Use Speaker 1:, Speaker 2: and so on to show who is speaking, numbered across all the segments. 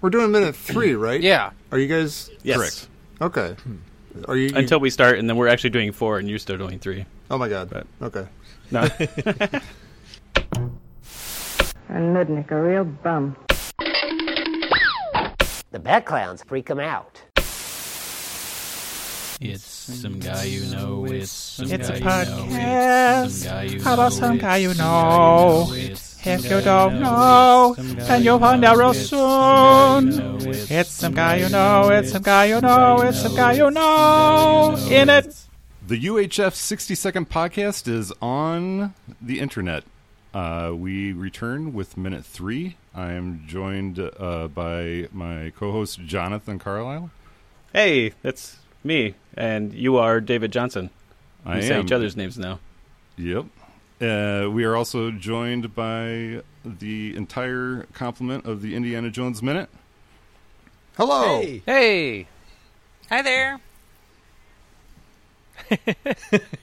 Speaker 1: We're doing minute three, right?
Speaker 2: Yeah.
Speaker 1: Are you guys?
Speaker 3: Yes.
Speaker 2: Correct.
Speaker 1: Okay. Are you, you-
Speaker 3: Until we start, and then we're actually doing four, and you're still doing three.
Speaker 1: Oh my god.
Speaker 3: But-
Speaker 1: Okay.
Speaker 3: No.
Speaker 4: And Nudnik, a real bum.
Speaker 5: The bad clowns freak him out.
Speaker 2: It's some guy you know. It's some
Speaker 6: It's
Speaker 2: guy
Speaker 6: a
Speaker 2: you know.
Speaker 6: podcast
Speaker 2: It's some guy you know.
Speaker 6: How about some
Speaker 2: It's
Speaker 6: guy you
Speaker 2: some guy
Speaker 6: know? If you don't know,
Speaker 2: It's some guy
Speaker 6: then
Speaker 2: you
Speaker 6: you'll find
Speaker 2: know.
Speaker 6: out real
Speaker 2: It's some guy you know.
Speaker 6: soon. It's some guy you know, it's some guy you know, it's some guy you know. In it.
Speaker 7: The UHF 60 Second Podcast is on the internet. Uh, we return with minute three. I am joined uh, by my co host, Jonathan Carlisle.
Speaker 3: hey, that's me, and you are David Johnson. We
Speaker 7: I
Speaker 3: say
Speaker 7: am.
Speaker 3: each other's names now.
Speaker 7: Yep. Uh, we are also joined by the entire complement of the Indiana Jones Minute.
Speaker 1: Hello.
Speaker 2: Hey.
Speaker 8: Hi there.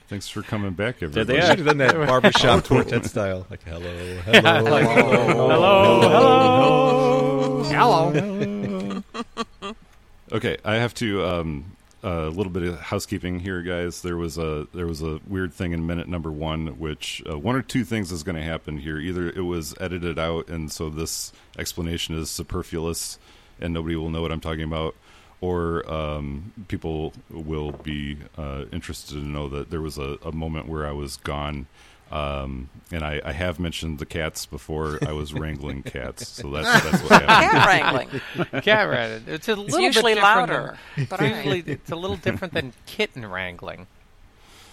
Speaker 7: Thanks for coming back,
Speaker 3: There
Speaker 7: everybody.
Speaker 3: they
Speaker 6: Yeah.
Speaker 3: are.
Speaker 9: Should have done that barbershop quartet style. Like, hello, hello.
Speaker 3: Hello, hello.
Speaker 7: Okay, I have to um a little bit of housekeeping here, guys. There was a there was a weird thing in minute number one, which uh, one or two things is going to happen here. Either it was edited out, and so this explanation is superfluous, and nobody will know what I'm talking about, or um, people will be uh, interested to know that there was a, a moment where I was gone. Um, and I, I have mentioned the cats before. I was wrangling cats, so that's that's what happened.
Speaker 8: Cat wrangling.
Speaker 2: Cat wrangling. It's a little
Speaker 8: It's
Speaker 2: bit
Speaker 8: usually
Speaker 2: different
Speaker 8: louder. But
Speaker 2: Than,
Speaker 8: all
Speaker 2: usually,
Speaker 8: right.
Speaker 2: it's a little different than kitten wrangling.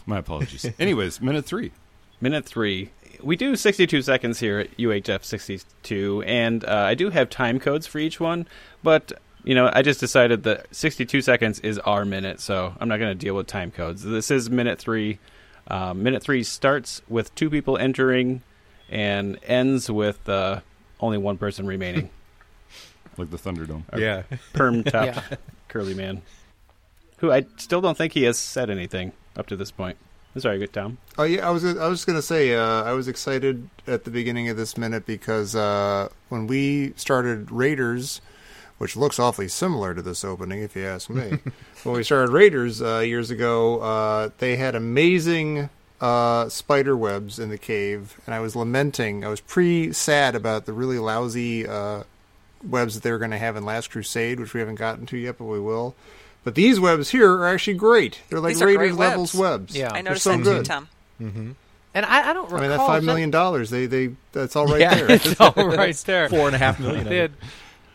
Speaker 7: My apologies. Anyways, minute three.
Speaker 3: Minute three. We do 62 seconds here at UHF 62, and uh, I do have time codes for each one, but, you know, I just decided that 62 seconds is our minute, so I'm not going to deal with time codes. This is minute three. Uh, minute three starts with two people entering and ends with uh, only one person remaining.
Speaker 7: like the Thunderdome.
Speaker 9: Yeah.
Speaker 3: Perm top
Speaker 2: Yeah.
Speaker 3: curly man, who I still don't think he has said anything up to this point. I'm sorry, good Tom.
Speaker 1: Oh yeah, I was I was just gonna say uh, I was excited at the beginning of this minute because uh, when we started Raiders, which looks awfully similar to this opening, if you ask me, when we started Raiders uh, years ago, uh, they had amazing uh, spider webs in the cave, and I was lamenting. I was pre sad about the really lousy uh, webs that they were going to have in Last Crusade, which we haven't gotten to yet, but we will. But these webs here are actually great. They're like
Speaker 8: These are great
Speaker 1: Raiders levels
Speaker 8: webs.
Speaker 1: webs.
Speaker 2: Yeah.
Speaker 8: I
Speaker 2: They're
Speaker 8: noticed
Speaker 1: so
Speaker 8: that too,
Speaker 1: good.
Speaker 8: Tom.
Speaker 2: And I, I don't
Speaker 1: I
Speaker 2: recall.
Speaker 1: mean, that five
Speaker 2: if
Speaker 1: million dollars, they they that's all right
Speaker 2: yeah,
Speaker 1: there.
Speaker 2: it's all right there.
Speaker 9: Four and a half million. of
Speaker 2: They had-
Speaker 9: it.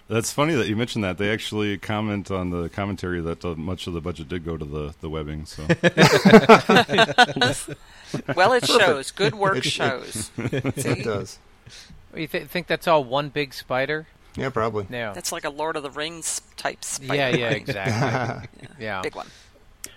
Speaker 7: That's funny that you mentioned that. They actually comment on the commentary that uh, much of the budget did go to the, the webbing. So
Speaker 8: Well, it shows. Good work shows.
Speaker 1: It does.
Speaker 2: You th- think that's all one big spider?
Speaker 1: Yeah, probably.
Speaker 2: No.
Speaker 8: That's like a Lord of the Rings type spider.
Speaker 2: yeah, yeah,
Speaker 8: right?
Speaker 2: exactly. yeah.
Speaker 8: Big one.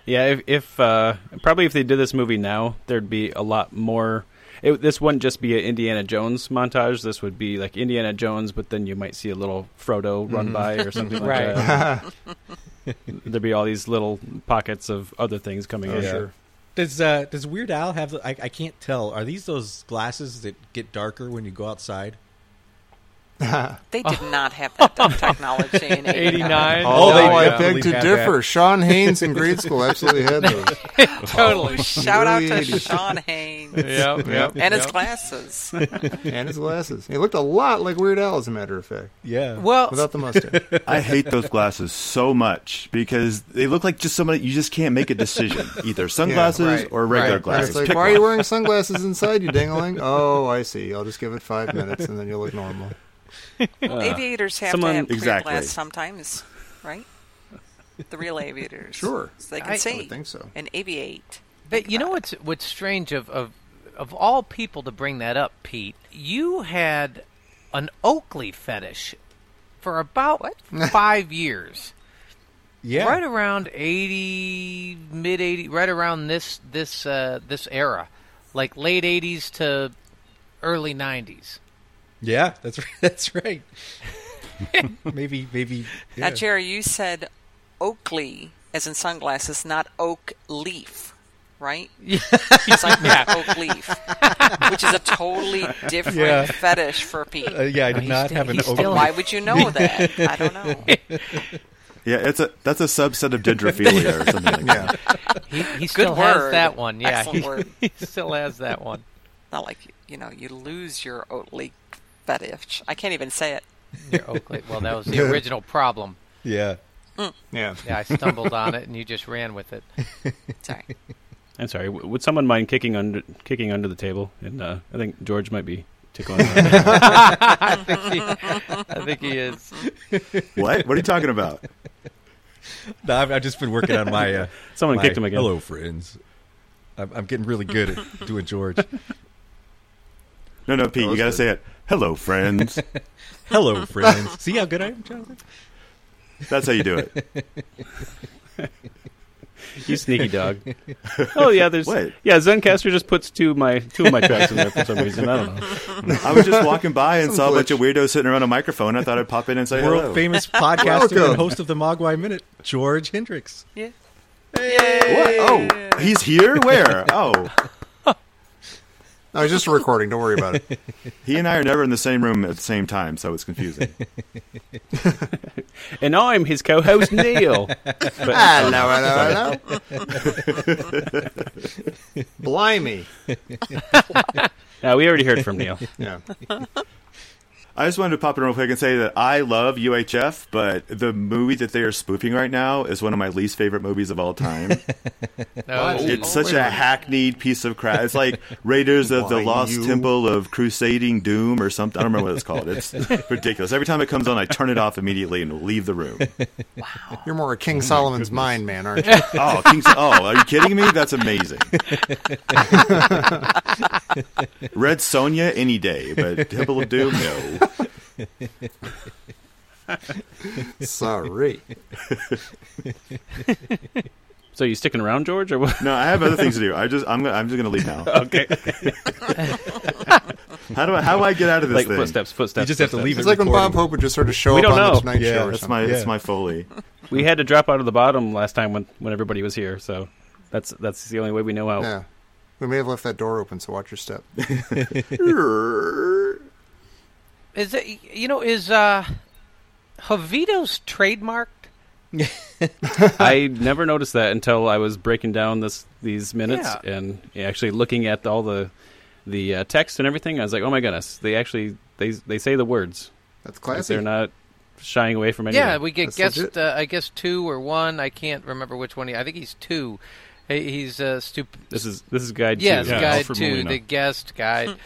Speaker 3: Yeah, if, if uh, probably if they did this movie now, there'd be a lot more. It, this wouldn't just be an Indiana Jones montage. This would be like Indiana Jones, but then you might see a little Frodo run by or something like
Speaker 2: Right.
Speaker 3: that. There'd be all these little pockets of other things coming in.
Speaker 9: yeah. Does uh, does Weird Al have? The, I, I can't tell. Are these those glasses that get darker when you go outside?
Speaker 8: They did not have that type of technology in 89.
Speaker 2: 89?
Speaker 9: Oh,
Speaker 1: Oh,
Speaker 9: they
Speaker 1: I
Speaker 9: definitely
Speaker 1: beg to
Speaker 9: had that.
Speaker 1: differ. Sean Haynes in grade school absolutely had those.
Speaker 2: totally.
Speaker 8: Shout out to
Speaker 1: Really?
Speaker 8: Sean Haynes
Speaker 2: Yep, yep.
Speaker 8: and his
Speaker 2: yep.
Speaker 8: glasses.
Speaker 1: Uh, And his glasses. He looked a lot like Weird Al, as a matter of fact,
Speaker 9: Yeah.
Speaker 1: without
Speaker 2: Well,
Speaker 1: the mustache.
Speaker 10: I hate those glasses so much because they look like just somebody you just can't make a decision. Either sunglasses
Speaker 2: right,
Speaker 10: or regular
Speaker 1: Right. And
Speaker 10: glasses.
Speaker 1: It's like,
Speaker 10: Pick
Speaker 1: why are you
Speaker 10: one.
Speaker 1: wearing sunglasses inside, you dingling? Oh, I see. I'll just give it five minutes and then you'll look normal.
Speaker 8: aviators have
Speaker 3: someone-
Speaker 8: to have clear
Speaker 10: Exactly.
Speaker 8: glass sometimes, right? The real aviators.
Speaker 1: Sure.
Speaker 8: So they can
Speaker 2: I- I
Speaker 8: see
Speaker 1: I would think so.
Speaker 8: and aviate.
Speaker 2: but you know what's what's strange of, of of all people to bring that up, Pete. You had an Oakley fetish for about five years.
Speaker 9: Yeah.
Speaker 2: right around 80 mid 80 right around this this uh, this era like late 80s to early 90s
Speaker 9: Yeah. That's right. That's right. maybe. Maybe. Yeah.
Speaker 8: Now, Jerry, you said Oakley, as in sunglasses, not oak leaf. right? it's like
Speaker 9: Yeah.
Speaker 8: oak leaf, which is a totally different
Speaker 9: Yeah.
Speaker 8: fetish for Pete.
Speaker 9: Uh, yeah, I did He's not still- have an he's oak still- leaf.
Speaker 8: Why would you know that? I don't know.
Speaker 10: Yeah, it's a that's a subset of dendrophilia or something like that.
Speaker 2: He, he
Speaker 8: Good
Speaker 2: still has
Speaker 8: word.
Speaker 2: that one. Yeah,
Speaker 8: Excellent
Speaker 2: he,
Speaker 8: word.
Speaker 2: he still has that one.
Speaker 8: Not like you know you lose your oak leaf fetish. I can't even say it.
Speaker 2: Your oak leaf- Well, that was the original problem.
Speaker 9: Yeah.
Speaker 1: Yeah.
Speaker 2: Yeah, I stumbled on it, and you just ran with it.
Speaker 8: Sorry.
Speaker 3: I'm sorry. W- would someone mind kicking under kicking under the table? And uh, I think George might be tickling.
Speaker 2: I think he, I think he is.
Speaker 10: What? What are you talking about?
Speaker 9: No, I've, I've just been working on my. Uh,
Speaker 3: Someone
Speaker 9: my
Speaker 3: kicked him again.
Speaker 9: Hello, friends. I'm, I'm getting really good at doing George.
Speaker 10: No, no, Pete, you got to say it. Hello, friends.
Speaker 9: Hello, friends. See how good I am, Jonathan?
Speaker 10: That's how you do it.
Speaker 3: you sneaky dog. Oh yeah, there's
Speaker 10: What?
Speaker 3: yeah. Zencaster just puts two of my two of my tracks in there for some reason. I don't know.
Speaker 10: I was just walking by and saw a bunch of weirdos sitting around a microphone. I thought I'd pop in and say
Speaker 9: World
Speaker 10: hello.
Speaker 9: famous podcaster
Speaker 10: Welcome.
Speaker 9: and host of the Mogwai Minute, George Hendricks.
Speaker 8: Yeah.
Speaker 10: What? Oh, he's here. Where? Oh,
Speaker 1: I was just recording. Don't worry about it.
Speaker 10: he and I are never in the same room at the same time, so it's confusing.
Speaker 3: And I'm his co-host Neil. But,
Speaker 1: hello, hello, hello. Blimey.
Speaker 3: now Uh, we already heard from Neil.
Speaker 1: Yeah.
Speaker 10: I just wanted to pop in real quick and say that I love UHF, but the movie that they are spoofing right now is one of my least favorite movies of all time.
Speaker 2: No,
Speaker 10: It's such a hackneyed piece of crap. It's like Raiders of the
Speaker 1: Why
Speaker 10: Lost
Speaker 1: you?
Speaker 10: Temple of Crusading Doom or something. I don't remember what it's called. It's ridiculous. Every time it comes on, I turn it off immediately and leave the room.
Speaker 1: You're more a King Solomon's mind man, aren't you?
Speaker 10: Oh, King's, oh, are you kidding me? That's amazing. Red Sonia any day, but Temple of Doom, no.
Speaker 1: Sorry.
Speaker 3: So you sticking around, George, or what?
Speaker 10: No, I have other things to do. I just, I'm, gonna, I'm just gonna leave now.
Speaker 3: Okay,
Speaker 10: How do I, how do I get out of this
Speaker 3: like
Speaker 10: thing?
Speaker 3: footsteps, footsteps.
Speaker 9: You just have to
Speaker 3: footsteps.
Speaker 9: leave
Speaker 1: It's like when Bob
Speaker 9: recording.
Speaker 1: Hope would just sort of show
Speaker 3: We
Speaker 1: up
Speaker 3: don't
Speaker 1: on
Speaker 3: know.
Speaker 1: the Tonight
Speaker 9: Yeah,
Speaker 1: Show or
Speaker 9: that's
Speaker 10: That's
Speaker 1: something.
Speaker 10: my,
Speaker 9: Yeah.
Speaker 10: that's my Foley.
Speaker 3: We had to drop out of the bottom last time when when everybody was here. So that's that's the only way we know how.
Speaker 1: Yeah. We may have left that door open, so watch your step.
Speaker 2: Is it? You know, is uh, Javito's trademarked?
Speaker 3: I never noticed that until I was breaking down this these minutes
Speaker 2: Yeah.
Speaker 3: and actually looking at all the the uh, text and everything. I was like, oh my goodness, they actually they they say the words.
Speaker 1: That's
Speaker 3: Like,
Speaker 1: classic.
Speaker 3: they're not shying away from anything.
Speaker 2: Yeah, we get
Speaker 1: That's
Speaker 2: guessed.
Speaker 1: legit.
Speaker 2: Uh, I guess two or one. I can't remember which one. He, I think he's two. He- He's uh, stupid.
Speaker 3: this is this is guide.
Speaker 2: Yes,
Speaker 3: two.
Speaker 7: Yeah,
Speaker 2: guide
Speaker 7: Alfred
Speaker 2: to
Speaker 7: Molina.
Speaker 2: the guest guide.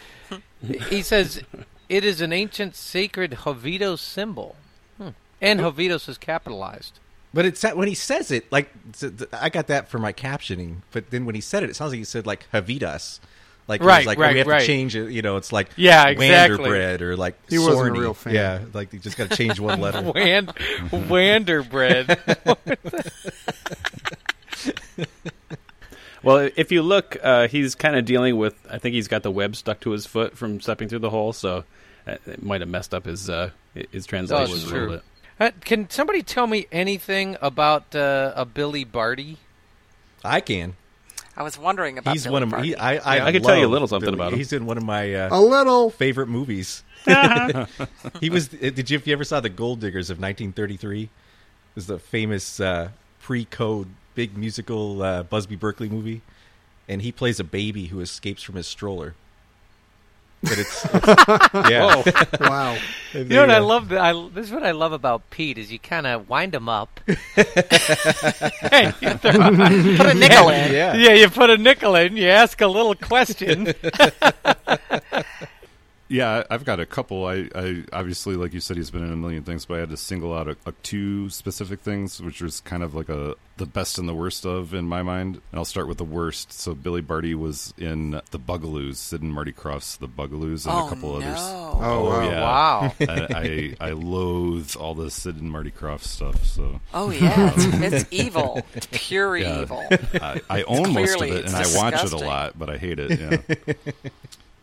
Speaker 2: he says it is an ancient sacred Jovito symbol, hmm. and Jovitos is capitalized.
Speaker 9: But it's that when he says it, like it's- it- I got that for my captioning. But then when he said it, it sounds like he said like Havitas, like it was
Speaker 2: Right,
Speaker 9: like
Speaker 2: right,
Speaker 9: we have
Speaker 2: right.
Speaker 9: to change it. You know, it's like
Speaker 2: Yeah, exactly.
Speaker 9: Wanderbread or like
Speaker 1: He wasn't a
Speaker 9: Sorny.
Speaker 1: real fan.
Speaker 9: Yeah, like you just got to change one letter.
Speaker 2: Wand- Wanderbread.
Speaker 3: Well, if you look, uh, he's kind of dealing with. I think he's got the web stuck to his foot from stepping through the hole, so uh, it might have messed up his uh, his translation
Speaker 2: That's
Speaker 3: a little
Speaker 2: true.
Speaker 3: bit.
Speaker 2: Uh, can somebody tell me anything about uh, a Billy Barty?
Speaker 9: I can.
Speaker 8: I was wondering about.
Speaker 9: He's
Speaker 8: Billy
Speaker 9: one of my.
Speaker 8: Barty.
Speaker 9: He, I I,
Speaker 3: Yeah, I could tell you a
Speaker 9: love
Speaker 3: little something
Speaker 9: Billy.
Speaker 3: about him.
Speaker 9: He's in one of my uh,
Speaker 1: a little.
Speaker 9: favorite movies. he was. uh, Did you if you ever saw the Gold Diggers of 1933? It was the famous uh, pre-code big musical uh, Busby Berkeley movie, and he plays a baby who escapes from his stroller. But it's, it's- yeah.
Speaker 3: Oh.
Speaker 1: Wow.
Speaker 2: You know what I love? that- I, this is what I love about Pete is you kind of wind him up. And you throw-
Speaker 8: Put a nickel in.
Speaker 9: Yeah.
Speaker 2: yeah, you put a nickel in. You ask a little question.
Speaker 7: Yeah, I- I've got a couple. I, I obviously, like you said, he's been in a million things, but I had to single out a, a two specific things, which was kind of like a the best and the worst of in my mind. And I'll start with the worst. So Billy Barty was in the Bugaloos, Sid and Marty Crofts, the Bugaloos, and
Speaker 8: Oh
Speaker 7: a couple
Speaker 8: no.
Speaker 7: others.
Speaker 1: Oh, wow.
Speaker 7: yeah.
Speaker 2: Wow.
Speaker 7: I, I I loathe all the Sid and Marty Croft stuff. So
Speaker 8: Oh yeah, it's, it's evil. It's pure
Speaker 7: Yeah.
Speaker 8: evil.
Speaker 7: I, I own most of
Speaker 8: clearly-
Speaker 7: it, and I
Speaker 8: it's
Speaker 7: watch it a
Speaker 8: disgusting.
Speaker 7: lot, but I hate it. Yeah.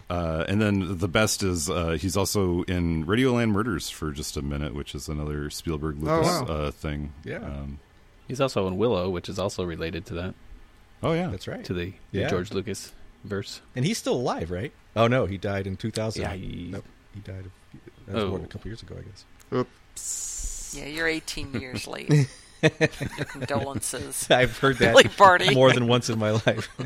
Speaker 7: uh, and then the best is uh, he's also in Radioland Murders for just a minute, which is another Spielberg Lucas
Speaker 1: wow.
Speaker 7: uh, thing.
Speaker 9: Yeah.
Speaker 7: Um,
Speaker 3: He's also in Willow, which is also related to that.
Speaker 7: Oh yeah,
Speaker 9: that's right.
Speaker 3: To the, the
Speaker 9: Yeah.
Speaker 3: George Lucas verse.
Speaker 9: And he's still alive, right? Oh no, he died in 2000.
Speaker 3: Yeah, he-
Speaker 9: Nope, he died. Of, that was more
Speaker 3: Oh.
Speaker 9: than a couple years ago, I guess.
Speaker 8: Yeah, you're 18 years late. Your condolences.
Speaker 9: I've heard that
Speaker 8: Billy Barty.
Speaker 9: more than once in my life.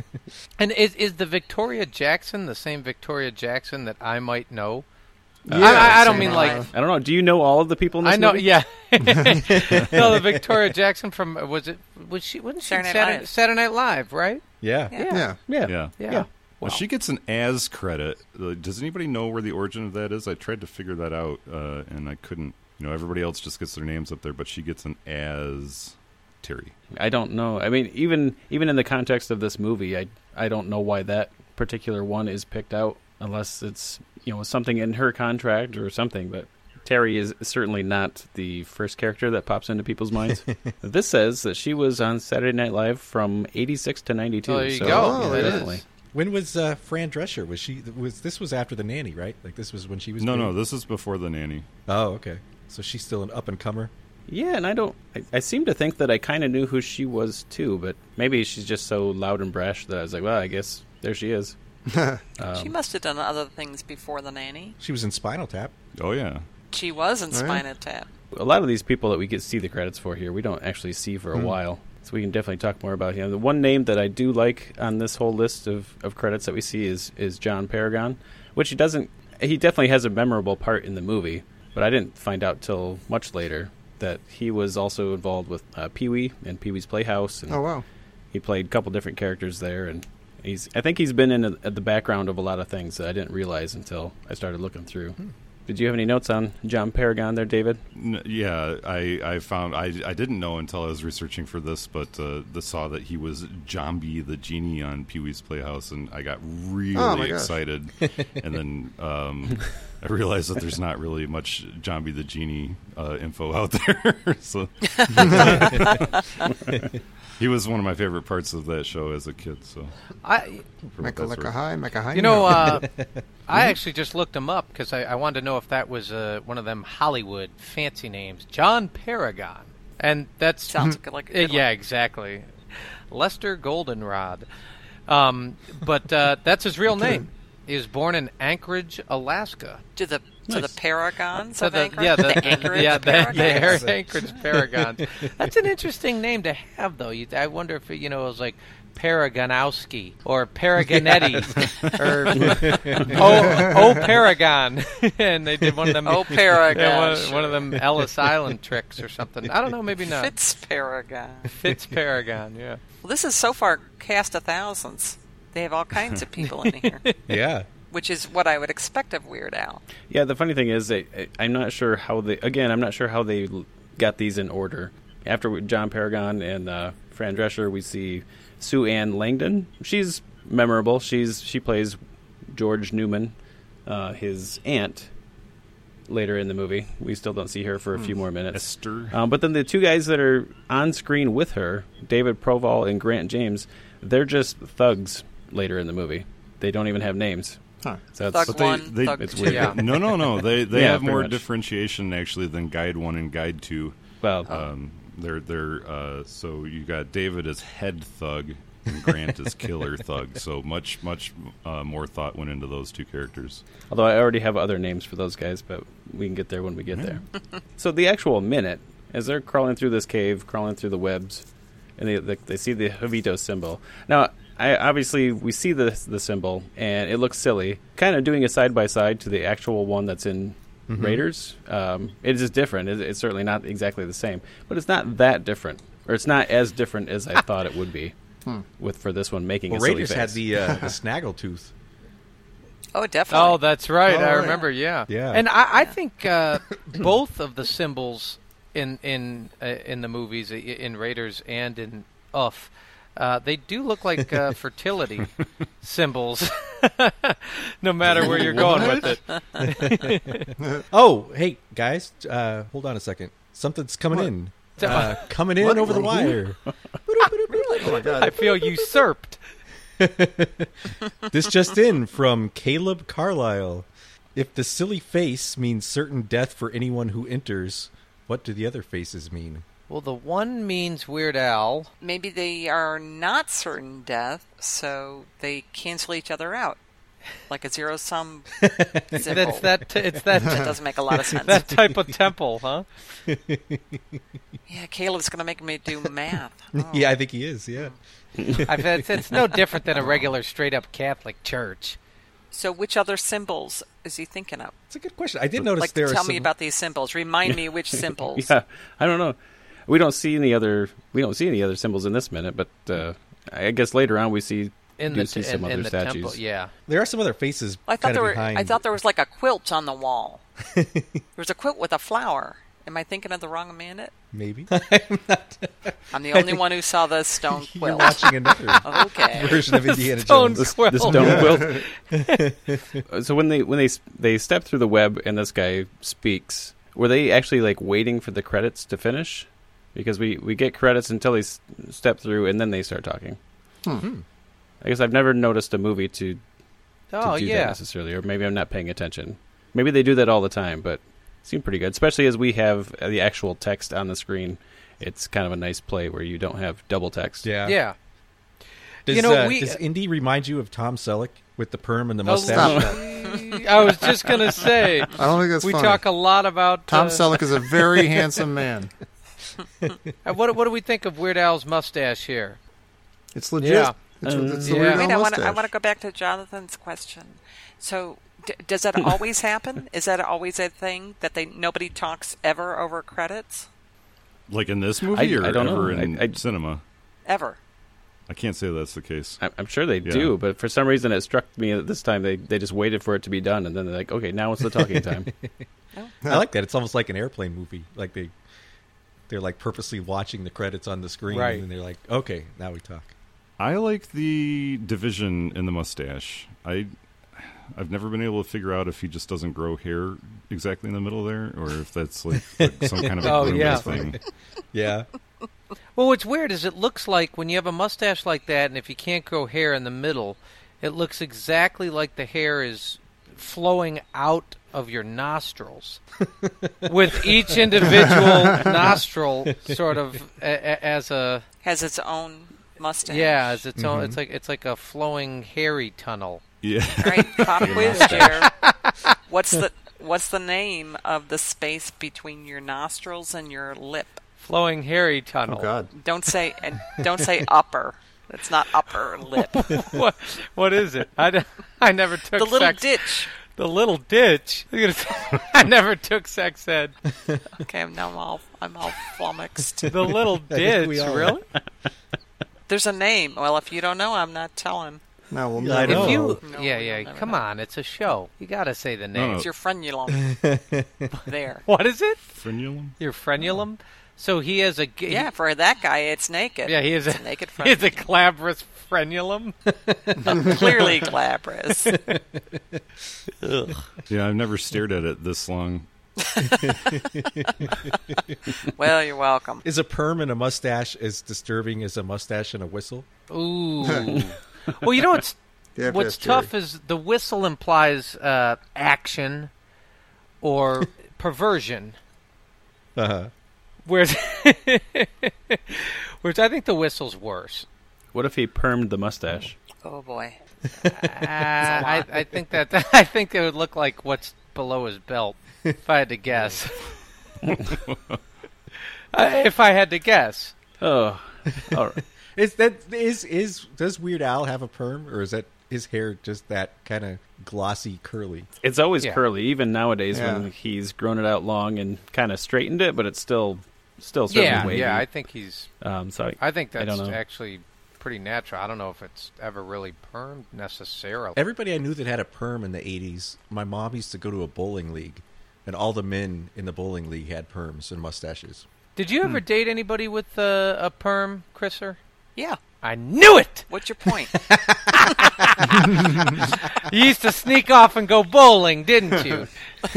Speaker 2: And is is the Victoria Jackson the same Victoria Jackson that I might know?
Speaker 3: Uh,
Speaker 2: I- I, I don't mean like
Speaker 3: I don't know. Do you know all of the people in this
Speaker 2: I know.
Speaker 3: movie?
Speaker 2: Yeah. no, the Victoria Jackson from was it was she wasn't she
Speaker 8: Saturday
Speaker 2: Saturday,
Speaker 8: Night
Speaker 2: Saturday,
Speaker 8: Live.
Speaker 2: Night Live, right?
Speaker 9: Yeah.
Speaker 2: Yeah.
Speaker 1: Yeah.
Speaker 3: Yeah.
Speaker 7: Yeah.
Speaker 2: Yeah.
Speaker 7: Now, she gets an as credit. Uh, Does anybody know where the origin of that is? I tried to figure that out, uh, and I couldn't. You know, everybody else just gets their names up there, but she gets an as Terry.
Speaker 3: I don't know. I mean, even even in the context of this movie, I I don't know why that particular one is picked out, unless it's you know something in her contract or something. But Terry is certainly not the first character that pops into people's minds. this says that she was on Saturday Night Live from '86 to '92.
Speaker 2: Oh, there you
Speaker 3: so,
Speaker 2: go.
Speaker 3: yeah,
Speaker 2: There it is.
Speaker 3: definitely.
Speaker 9: When was uh, Fran Drescher? Was she was this was after the nanny, right? Like this was when she was
Speaker 7: No,
Speaker 9: doing-
Speaker 7: no, this is before the nanny.
Speaker 9: Oh, okay. So she's still an up and comer.
Speaker 3: Yeah, and I don't. I, I seem to think that I kind of knew who she was too, but maybe she's just so loud and brash that I was like, well, I guess there she is. Um,
Speaker 8: she must have done other things before the nanny.
Speaker 9: She was in Spinal Tap.
Speaker 7: Oh yeah,
Speaker 8: She was in
Speaker 1: Oh, yeah.
Speaker 8: Spinal Tap.
Speaker 3: a lot of these people that we get see the credits for here, we don't actually see for a while. So we can definitely talk more about him. The one name that I do like on this whole list of, of credits that we see is is John Paragon, which he doesn't. He definitely has a memorable part in the movie, but I didn't find out till much later that he was also involved with uh, Pee Wee and Pee Wee's Playhouse, and
Speaker 1: Oh wow.
Speaker 3: he played a couple different characters there. And he's I think he's been in a, at the background of a lot of things that I didn't realize until I started looking through. Did you have any notes on John Paragon there, David?
Speaker 7: N- yeah. I, I found I, I didn't know until I was researching for this, but uh, the saw that he was Jambi the genie on Pee Wee's Playhouse, and I got really
Speaker 1: Oh, my gosh.
Speaker 7: excited. and then um, I realized that there's not really much Jambi the genie uh, info out there. so he was one of my favorite parts of that show as a kid. So
Speaker 2: I
Speaker 7: for what
Speaker 1: Mecha
Speaker 7: that's
Speaker 1: Leka
Speaker 7: worth.
Speaker 1: High, Mecha High.
Speaker 2: you know uh, I actually just looked him up because I, I wanted to know if that was uh, one of them Hollywood fancy names, John Paragon, and that's
Speaker 8: Sounds like a
Speaker 2: Uh,
Speaker 8: good
Speaker 2: yeah, exactly. Lester Goldenrod. Um, but uh, that's his real name. He was born in Anchorage, Alaska.
Speaker 8: To the to
Speaker 3: Nice.
Speaker 8: the paragons
Speaker 2: So
Speaker 8: of
Speaker 2: the-
Speaker 8: Anchorage.
Speaker 2: yeah, the,
Speaker 8: Anchorage
Speaker 2: yeah, the,
Speaker 8: paragons.
Speaker 2: the Air Anchorage Paragons. That's an interesting name to have, though. You, I wonder if you know it was like Paragonowski or Paragonetti or oh, oh Paragon, and they did one of them.
Speaker 8: Oh, Paragon,
Speaker 2: yeah, one,
Speaker 8: sure.
Speaker 2: one of them Ellis Island tricks or something. I don't know. Maybe not.
Speaker 8: Fitz Paragon.
Speaker 2: Fitz Paragon. Yeah.
Speaker 8: Well, this is so far cast of thousands. They have all kinds of people in here,
Speaker 9: Yeah.
Speaker 8: which is what I would expect of Weird Al.
Speaker 3: Yeah, the funny thing is, they, I- I'm not sure how they. Again, I'm not sure how they l- got these in order. After we- John Paragon and uh, Fran Drescher, we see Sue Ann Langdon. She's memorable. She's she plays George Newman, uh, his aunt. Later in the movie, we still don't see her for a few more minutes.
Speaker 7: Esther.
Speaker 3: Um, but then the two guys that are on screen with her, David Proval and Grant James, they're just thugs later in the movie. They don't even have names.
Speaker 1: Huh.
Speaker 3: So it's-
Speaker 8: Thug
Speaker 7: But they-
Speaker 8: one,
Speaker 7: they-
Speaker 8: thug
Speaker 3: it's
Speaker 8: two.
Speaker 3: weird.
Speaker 2: Yeah.
Speaker 7: No, no, no. They they
Speaker 3: Yeah,
Speaker 7: have
Speaker 3: pretty
Speaker 7: more
Speaker 3: much.
Speaker 7: differentiation actually than Guide One and Guide Two.
Speaker 3: well,
Speaker 7: Um, they're they're uh, so you got David as head thug and Grant as killer thug. So much much uh, more thought went into those two characters.
Speaker 3: Although I already have other names for those guys, but we can get there when we get there. so the actual minute, as they're crawling through this cave, crawling through the webs, and they they, they see the Javito symbol. Now, I obviously we see the the symbol, and it looks silly. Kind of doing a side by side to the actual one that's in
Speaker 9: Mm-hmm.
Speaker 3: Raiders. Um, it is different. It, it's certainly not exactly the same, but it's not that different, or it's not as different as I thought it would be. With for this one making
Speaker 9: Hmm. Well,
Speaker 3: a silly
Speaker 9: Raiders had
Speaker 3: face.
Speaker 9: the uh, the Snaggletooth.
Speaker 8: Oh, definitely.
Speaker 2: Oh, that's right.
Speaker 9: Oh,
Speaker 2: I
Speaker 9: right.
Speaker 2: remember. Yeah.
Speaker 9: Yeah.
Speaker 2: And I, I think uh, both of the symbols in in uh, in the movies, i- in Raiders and in Uff, uh, they do look like uh, fertility symbols. no matter where you're going with it.
Speaker 9: Oh, hey guys, uh, hold on a second. Something's coming
Speaker 1: What?
Speaker 9: in. Uh, coming in
Speaker 1: What?
Speaker 9: over the
Speaker 1: Who?
Speaker 9: wire.
Speaker 1: Oh my
Speaker 2: I
Speaker 1: god.
Speaker 2: feel usurped.
Speaker 9: This just in from Caleb Carlisle. If the silly face means certain death for anyone who enters, what do the other faces mean?
Speaker 2: Well, the one means Weird Al.
Speaker 8: Maybe they are not certain death, so they cancel each other out. Like a zero sum.
Speaker 2: It's that. T- it's that.
Speaker 8: That doesn't make a lot of sense.
Speaker 2: that type of temple, huh?
Speaker 8: yeah, Caleb's going to make me do math. Oh.
Speaker 9: Yeah, I think he is. Yeah.
Speaker 2: I've, it's, it's no different than a regular straight up Catholic church.
Speaker 8: So, which other symbols is he thinking of?
Speaker 9: It's a good question. I did notice
Speaker 8: like,
Speaker 9: there.
Speaker 8: Tell
Speaker 9: are
Speaker 8: me
Speaker 9: some-
Speaker 8: about these symbols. Remind me which symbols.
Speaker 3: yeah, I don't know. We don't see any other. We don't see any other symbols in this minute, but uh, I guess later on we see
Speaker 2: In
Speaker 3: do
Speaker 2: the
Speaker 3: see
Speaker 2: t-
Speaker 3: some
Speaker 2: in,
Speaker 3: other
Speaker 2: in the
Speaker 3: statues.
Speaker 2: temple, yeah.
Speaker 9: There are some other faces.
Speaker 8: I thought
Speaker 9: kind
Speaker 8: there
Speaker 9: of
Speaker 8: were.
Speaker 9: behind.
Speaker 8: I thought there was like a quilt on the wall. there was a quilt with a flower. Am I thinking of the wrong minute?
Speaker 9: maybe. I'm not.
Speaker 8: I'm the only one who saw the stone
Speaker 9: You're
Speaker 8: quilt.
Speaker 9: watching another
Speaker 8: okay.
Speaker 9: version of Indiana
Speaker 2: Stone
Speaker 9: Jones.
Speaker 3: the
Speaker 2: quilt.
Speaker 3: stone quilt. Uh, so when they when they s- they step through the web and this guy speaks, were they actually like waiting for the credits to finish? Because we we get credits until they s- step through and then they start talking.
Speaker 9: Hmm.
Speaker 3: I guess I've never noticed a movie to, to
Speaker 2: Oh
Speaker 3: do
Speaker 2: yeah.
Speaker 3: that necessarily, or maybe I'm not paying attention. Maybe they do that all the time, but it seemed pretty good, especially as we have uh, the actual text on the screen. It's kind of a nice play where you don't have double text.
Speaker 9: Yeah.
Speaker 2: Yeah.
Speaker 9: Does,
Speaker 2: You know,
Speaker 9: uh,
Speaker 2: we-
Speaker 9: does Indy remind you of Tom Selleck with the perm and the
Speaker 8: Oh,
Speaker 2: A
Speaker 9: mustache?
Speaker 2: lot- I was just gonna say.
Speaker 1: I don't think that's
Speaker 2: we
Speaker 1: funny.
Speaker 2: talk a lot about
Speaker 1: Tom
Speaker 2: uh,
Speaker 1: Selleck is a very handsome man.
Speaker 2: uh, What what do we think of Weird Al's mustache here?
Speaker 1: It's legit.
Speaker 2: Yeah.
Speaker 1: It's, it's the
Speaker 2: Yeah.
Speaker 1: Weird Al
Speaker 8: Wait, I want
Speaker 1: mustache.
Speaker 8: to. I want to go back to Jonathan's question. So, d- does that always happen? Is that always a thing that they nobody talks ever over credits?
Speaker 7: Like in this movie
Speaker 3: I-
Speaker 7: or
Speaker 3: I don't
Speaker 7: ever
Speaker 3: know.
Speaker 7: in
Speaker 3: I- I-
Speaker 7: cinema?
Speaker 8: Ever?
Speaker 7: I can't say that's the case.
Speaker 3: I- I'm sure they
Speaker 7: Yeah.
Speaker 3: do, but for some reason it struck me that this time they, they just waited for it to be done, and then they're like, okay, now it's the talking time.
Speaker 9: I like that. It's almost like an airplane movie. Like they, they're like purposely watching the credits on the screen,
Speaker 2: Right.
Speaker 9: and then they're like, "Okay, now we talk."
Speaker 7: I like the division in the mustache. I I've never been able to figure out if he just doesn't grow hair exactly in the middle there, or if that's like, like some kind of a
Speaker 2: Oh,
Speaker 7: grooming
Speaker 2: yeah.
Speaker 7: thing.
Speaker 9: Yeah,
Speaker 2: Well, what's weird is it looks like when you have a mustache like that, and if you can't grow hair in the middle, it looks exactly like the hair is flowing out of your nostrils, with each individual nostril sort of a, a, as a
Speaker 8: Has its own mustache.
Speaker 2: yeah, as its own. It's
Speaker 1: Mm-hmm.
Speaker 2: like it's like a flowing hairy tunnel.
Speaker 7: Yeah,
Speaker 8: All right, pop quiz, Jer. What's the What's the name of the space between your nostrils and your lip?
Speaker 2: Flowing hairy tunnel.
Speaker 1: Oh God.
Speaker 8: Don't say and don't say upper. It's not upper lip. The
Speaker 2: What, what is it? I, d- I never took
Speaker 8: little
Speaker 2: sex.
Speaker 8: ditch.
Speaker 2: The little ditch. You're gonna say- I never took sex ed.
Speaker 8: Okay, now I'm all I'm all flummoxed.
Speaker 2: The little ditch.
Speaker 9: we all are.
Speaker 2: Really?
Speaker 8: There's a name. Well, if you don't know, I'm not telling.
Speaker 1: No, we'll
Speaker 9: Yeah, I
Speaker 1: never
Speaker 9: know.
Speaker 2: If
Speaker 1: know.
Speaker 2: you,
Speaker 8: No,
Speaker 2: yeah,
Speaker 8: we
Speaker 2: yeah.
Speaker 8: don't have
Speaker 2: Come
Speaker 8: that.
Speaker 2: on, it's a show. You gotta say the
Speaker 7: No,
Speaker 2: name.
Speaker 7: no.
Speaker 8: It's your frenulum. there.
Speaker 2: What is it?
Speaker 7: frenulum.
Speaker 2: Your frenulum. So he has a g-
Speaker 8: Yeah, for that guy, it's naked.
Speaker 2: yeah. He has a,
Speaker 8: It's naked
Speaker 2: he has a
Speaker 8: frenulum.
Speaker 2: glabrous frenulum.
Speaker 8: Clearly glabrous.
Speaker 7: Yeah, I've never stared at it this long.
Speaker 8: Well, you're welcome.
Speaker 9: is a perm and a mustache as disturbing as a mustache and a whistle?
Speaker 2: Ooh. well, you know what's
Speaker 1: Yeah,
Speaker 2: what's
Speaker 1: Pastor Jerry.
Speaker 2: tough is the whistle implies uh, action or perversion.
Speaker 9: Uh-huh.
Speaker 2: Whereas, whereas I think the whistle's worse.
Speaker 3: What if he permed the mustache?
Speaker 8: Oh boy.
Speaker 2: Uh, I, I think that I think it would look like what's below his belt. If I had to guess, I, if I had to guess,
Speaker 3: Oh, all right.
Speaker 9: Is that is is does Weird Al have a perm, or is that his hair just that kind of glossy curly?
Speaker 3: It's always
Speaker 2: Yeah.
Speaker 3: curly, even nowadays
Speaker 1: Yeah.
Speaker 3: when he's grown it out long and kind of straightened it, but it's still still sort
Speaker 2: yeah,
Speaker 3: of wavy.
Speaker 2: yeah, I think he's.
Speaker 3: um, so I,
Speaker 2: I think
Speaker 3: I
Speaker 2: that's
Speaker 3: don't know.
Speaker 2: actually pretty natural. I don't know if it's ever really permed necessarily.
Speaker 9: Everybody I knew that had a perm in the '80s. My mom used to go to a bowling league, and all the men in the bowling league had perms and mustaches.
Speaker 2: Did you
Speaker 9: Hmm.
Speaker 2: ever date anybody with uh, a perm, Chriser?
Speaker 8: Yeah.
Speaker 2: I knew it.
Speaker 8: What's your point?
Speaker 2: You used to sneak off and go bowling, didn't you?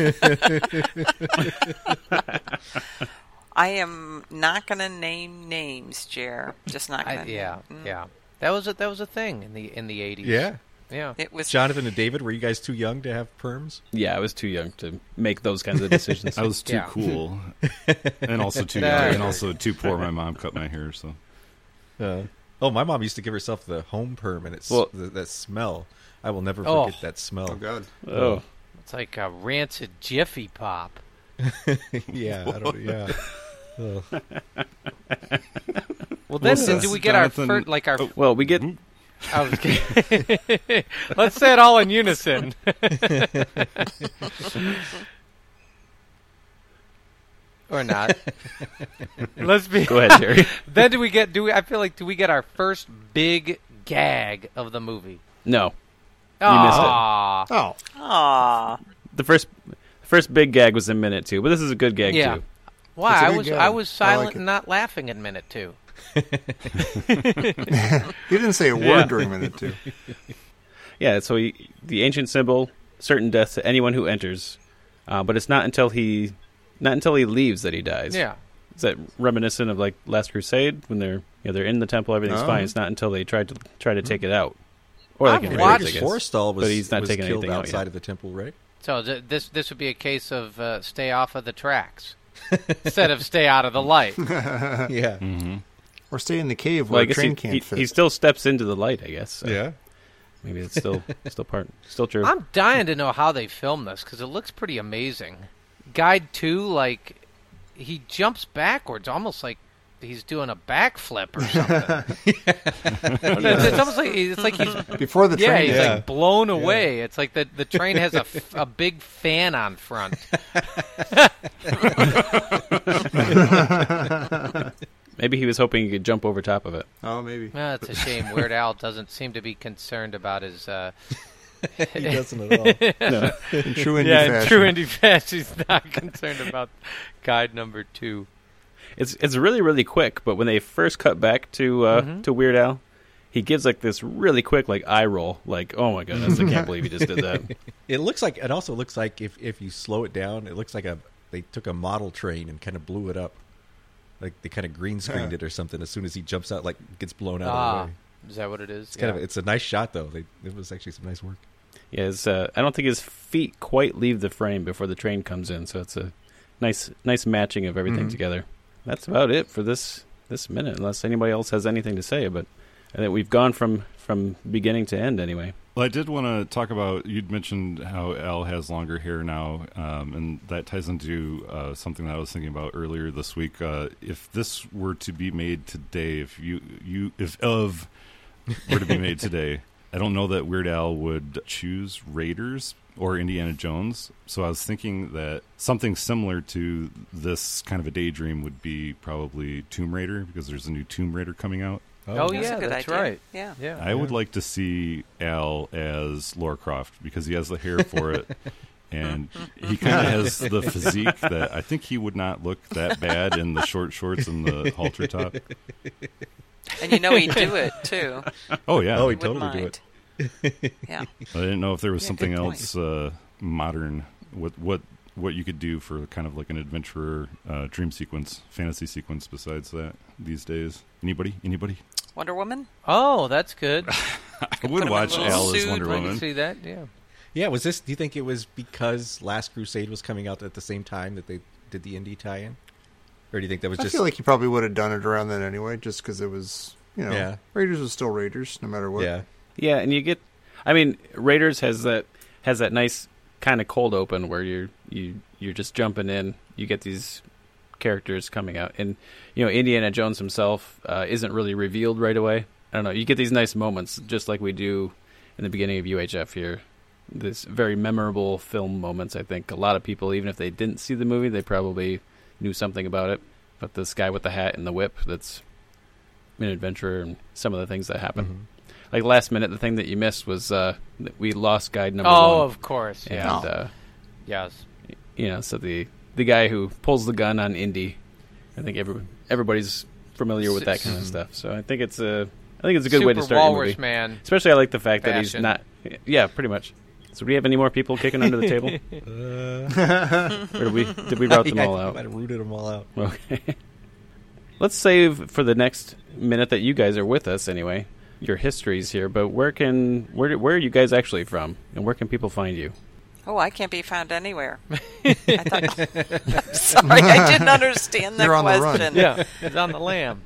Speaker 8: I am not going to name names, Jer. Just not
Speaker 2: I,
Speaker 8: going to.
Speaker 2: yeah, yeah. That was a, that was a thing in the in the eighties. Yeah.
Speaker 8: It was
Speaker 9: Jonathan and David. Were you guys too young to have perms?
Speaker 3: Yeah, I was too young to make those kinds of decisions.
Speaker 7: I was too
Speaker 3: Yeah.
Speaker 7: cool, and also too
Speaker 9: No.
Speaker 7: young, and also too poor. My mom cut my hair, so
Speaker 9: Uh, oh, my mom used to give herself the home perm, and it's
Speaker 3: Well-
Speaker 9: th- that smell. I will never
Speaker 2: Oh.
Speaker 9: forget that smell.
Speaker 1: Oh, God.
Speaker 3: Oh.
Speaker 2: It's like a rancid Jiffy Pop.
Speaker 9: yeah, I don't, yeah. Ugh.
Speaker 2: Well, then,
Speaker 3: Well,
Speaker 2: then
Speaker 3: since
Speaker 2: do we get
Speaker 3: Jonathan-
Speaker 2: our fir- like our?
Speaker 3: Oh, well, we get.
Speaker 2: I was kidding. Let's say it all in unison. or not. Let's be.
Speaker 3: Go ahead, Terry.
Speaker 2: then do we get? Do we? I feel like do we get our first big gag of the movie?
Speaker 3: No, you missed it.
Speaker 2: Aw.
Speaker 1: Oh,
Speaker 8: Aw.
Speaker 3: The first, first big gag was in minute two, but this is a good gag
Speaker 2: Yeah.
Speaker 3: too.
Speaker 2: Why?
Speaker 1: It's a
Speaker 2: I
Speaker 1: good
Speaker 2: was
Speaker 1: gag.
Speaker 2: I was
Speaker 1: I like
Speaker 2: silent
Speaker 1: it.
Speaker 2: and not laughing at minute two.
Speaker 1: You didn't say a word
Speaker 3: Yeah.
Speaker 1: during minute two.
Speaker 3: Yeah, so he, the ancient symbol, certain death to anyone who enters, uh, but it's not until he, not until he leaves that he dies.
Speaker 2: Yeah.
Speaker 3: is that reminiscent of like Last Crusade when they're you know, they're in the temple, everything's
Speaker 1: Oh.
Speaker 3: fine. It's not until they try to try to take it out, or they
Speaker 2: I've
Speaker 3: can
Speaker 2: watched-
Speaker 3: raise, I guess.
Speaker 9: Forrestal was,
Speaker 3: but he's not
Speaker 9: was
Speaker 3: taking
Speaker 9: killed
Speaker 3: anything out
Speaker 9: outside
Speaker 3: yet.
Speaker 9: of the temple, right?
Speaker 2: So th- this this would be a case of uh, stay off of the tracks instead of stay out of the light.
Speaker 9: yeah.
Speaker 1: Or stay in the cave where
Speaker 3: Well, I
Speaker 1: a
Speaker 3: guess
Speaker 1: train
Speaker 3: he,
Speaker 1: can't
Speaker 3: he,
Speaker 1: fit.
Speaker 3: he still steps into the light. I guess. So
Speaker 9: Yeah.
Speaker 3: Maybe it's still still part still true.
Speaker 2: I'm dying to know how they filmed this because it looks pretty amazing. Guide two, like he jumps backwards, almost like he's doing a backflip or something. it's, it's almost like it's like he's
Speaker 1: Before the
Speaker 2: yeah,
Speaker 1: train.
Speaker 2: he's
Speaker 1: yeah.
Speaker 9: Yeah.
Speaker 2: like blown away. It's like the the train has a, f- a big fan on front.
Speaker 3: Maybe he was hoping he could jump over top of it.
Speaker 1: Oh, maybe.
Speaker 2: Well, it's a shame Weird Al doesn't seem to be concerned about his. Uh,
Speaker 9: He doesn't at all.
Speaker 1: In true indie
Speaker 2: yeah,
Speaker 1: fashion.
Speaker 2: in true indie fashion, he's not concerned about guide number two.
Speaker 3: It's it's really really quick. But when they first cut back to uh, to Weird Al, he gives like this really quick like eye roll, like oh my goodness, I can't believe he just did that.
Speaker 9: It looks like it also looks like if if you slow it down, it looks like a they took a model train and kind of blew it up. Like they kind of green screened it or something as soon as he jumps out like gets blown out of
Speaker 2: Ah,
Speaker 9: the way.
Speaker 2: is that what it is?
Speaker 9: It's kind of it's a nice shot though. They, it was actually some nice work.
Speaker 3: Yeah, his, uh, I don't think his feet quite leave the frame before the train comes in, so it's a nice nice matching of everything together. That's about it for this this minute, unless anybody else has anything to say. But I think we've gone from from beginning to end anyway.
Speaker 7: Well, I did want to talk about. You'd mentioned how Al has longer hair now, um, and that ties into uh, something that I was thinking about earlier this week. Uh, if this were to be made today, if you you if of were to be made today, I don't know that Weird Al would choose Raiders or Indiana Jones. So I was thinking that something similar to this kind of a daydream would be probably Tomb Raider because there's a new Tomb Raider coming out.
Speaker 2: Oh,
Speaker 8: That's
Speaker 2: yeah,
Speaker 8: a good
Speaker 2: that's
Speaker 8: idea.
Speaker 2: right.
Speaker 8: Yeah.
Speaker 2: Yeah.
Speaker 7: I would like to see Al as Lara Croft because he has the hair for it, and he kind of has the physique that I think he would not look that bad in the short shorts and the halter top.
Speaker 8: And you know he'd do it too.
Speaker 7: Oh yeah,
Speaker 9: Oh,
Speaker 8: He
Speaker 9: he
Speaker 8: wouldn't
Speaker 9: totally do
Speaker 8: mind.
Speaker 9: it.
Speaker 8: Yeah.
Speaker 7: I didn't know if there was
Speaker 8: Yeah,
Speaker 7: something
Speaker 8: good point.
Speaker 7: else uh, modern. What what what you could do for kind of like an adventurer uh, dream sequence, fantasy sequence besides that these days. Anybody? Anybody?
Speaker 8: Wonder Woman?
Speaker 2: Oh, that's good.
Speaker 7: I would
Speaker 8: him in
Speaker 7: watch
Speaker 8: a little
Speaker 7: Al as
Speaker 8: suit,
Speaker 7: Wonder
Speaker 2: I can
Speaker 7: Woman.
Speaker 2: see that. Yeah.
Speaker 9: Yeah, was this? Do you think it was because Last Crusade was coming out at the same time that they did the indie tie-in, or do you think that was
Speaker 1: I
Speaker 9: just?
Speaker 1: feel like he probably would have done it around then anyway, just because it was, you know,
Speaker 9: Yeah.
Speaker 1: Raiders was still Raiders, no matter what.
Speaker 9: yeah,
Speaker 3: Yeah, and you get, I mean, Raiders has that has that nice kind of cold open where you're you you're just jumping in. You get these characters coming out, and you know Indiana Jones himself uh, isn't really revealed right away. I don't know. You get these nice moments, just like we do in the beginning of UHF here. This very memorable film moments. I think a lot of people, even if they didn't see the movie, they probably knew something about it. But this guy with the hat and the whip—that's an adventurer, and some of the things that happen like last minute the thing that you missed was uh that we lost guide number
Speaker 2: Oh,
Speaker 3: one,
Speaker 2: of course.
Speaker 3: and
Speaker 2: Yeah.
Speaker 3: uh
Speaker 2: Yes.
Speaker 3: you know so the the guy who pulls the gun on indy i think every, everybody's familiar with that kind of stuff so i think it's a i think it's a good
Speaker 2: Super
Speaker 3: way to start your
Speaker 2: Walrus
Speaker 3: movie
Speaker 2: Man.
Speaker 3: especially i like the fact that he's
Speaker 2: Fashion.
Speaker 3: not yeah pretty much so do we have any more people kicking under the table or did we did we route them
Speaker 9: Mm-hmm.
Speaker 3: all
Speaker 9: Yeah, I think I
Speaker 3: out
Speaker 9: might have rooted them all out.
Speaker 3: Okay. Let's save for the next minute that you guys are with us anyway. your histories here, but where can where where are you guys actually from, and where can people find you?
Speaker 8: Oh, I can't be found anywhere. I thought, I'm sorry, I didn't understand that
Speaker 2: You're on the run.
Speaker 8: question.
Speaker 2: Yeah, it's on the lamb.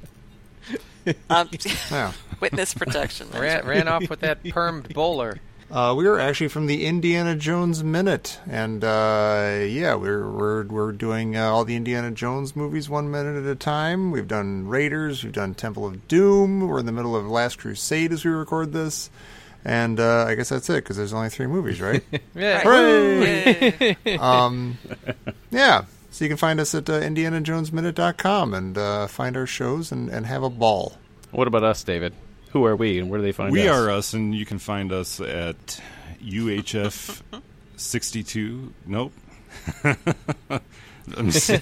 Speaker 8: Um,
Speaker 1: Yeah.
Speaker 8: Witness protection. that's
Speaker 2: Ran,
Speaker 8: right.
Speaker 2: ran off with that permed bowler.
Speaker 1: Uh, we are actually from the Indiana Jones Minute, and uh, yeah, we're we're we're doing uh, all the Indiana Jones movies one minute at a time. We've done Raiders, we've done Temple of Doom. We're in the middle of Last Crusade as we record this, and uh, I guess that's it because there's only three movies, right?
Speaker 2: Yeah.
Speaker 1: Hooray! um, yeah. So you can find us at uh, IndianaJonesMinute.com and uh, find our shows and, and have a ball.
Speaker 3: What about us, David? Who are we, and where do they find
Speaker 7: we
Speaker 3: us?
Speaker 7: are uh, us, and you can find us at UHF sixty two. Nope. I'm s- this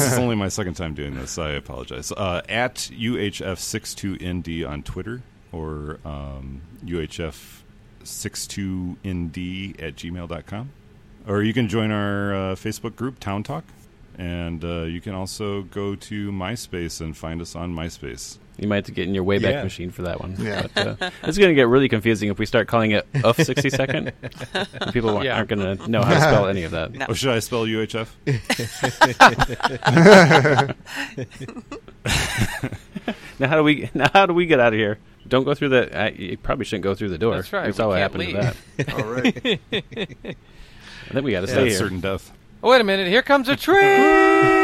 Speaker 7: is only my second time doing this. I apologize. Uh, at UHF62ND on Twitter or um, UHF62ND at gmail.com. Or you can join our uh, Facebook group, Town Talk. And uh, you can also go to MySpace and find us on MySpace.
Speaker 3: You might have to get in your Wayback
Speaker 7: Yeah.
Speaker 3: Machine for that one.
Speaker 1: Yeah.
Speaker 3: But, uh, it's going to get really confusing if we start calling it UF 62nd. And People wa-
Speaker 2: Yeah.
Speaker 3: aren't going to know how to spell any of that.
Speaker 8: No.
Speaker 7: Oh, should I spell UHF?
Speaker 3: Now how do we now how do we get out of here? Don't go through the. I, you probably shouldn't go through the door.
Speaker 2: That's right,
Speaker 3: We saw
Speaker 2: we
Speaker 3: what
Speaker 2: can't
Speaker 3: happened to that.
Speaker 1: All right.
Speaker 3: I think we got to
Speaker 7: Yeah,
Speaker 3: stay
Speaker 7: that's
Speaker 3: here.
Speaker 7: certain death.
Speaker 2: Oh, wait a minute! Here comes a tree.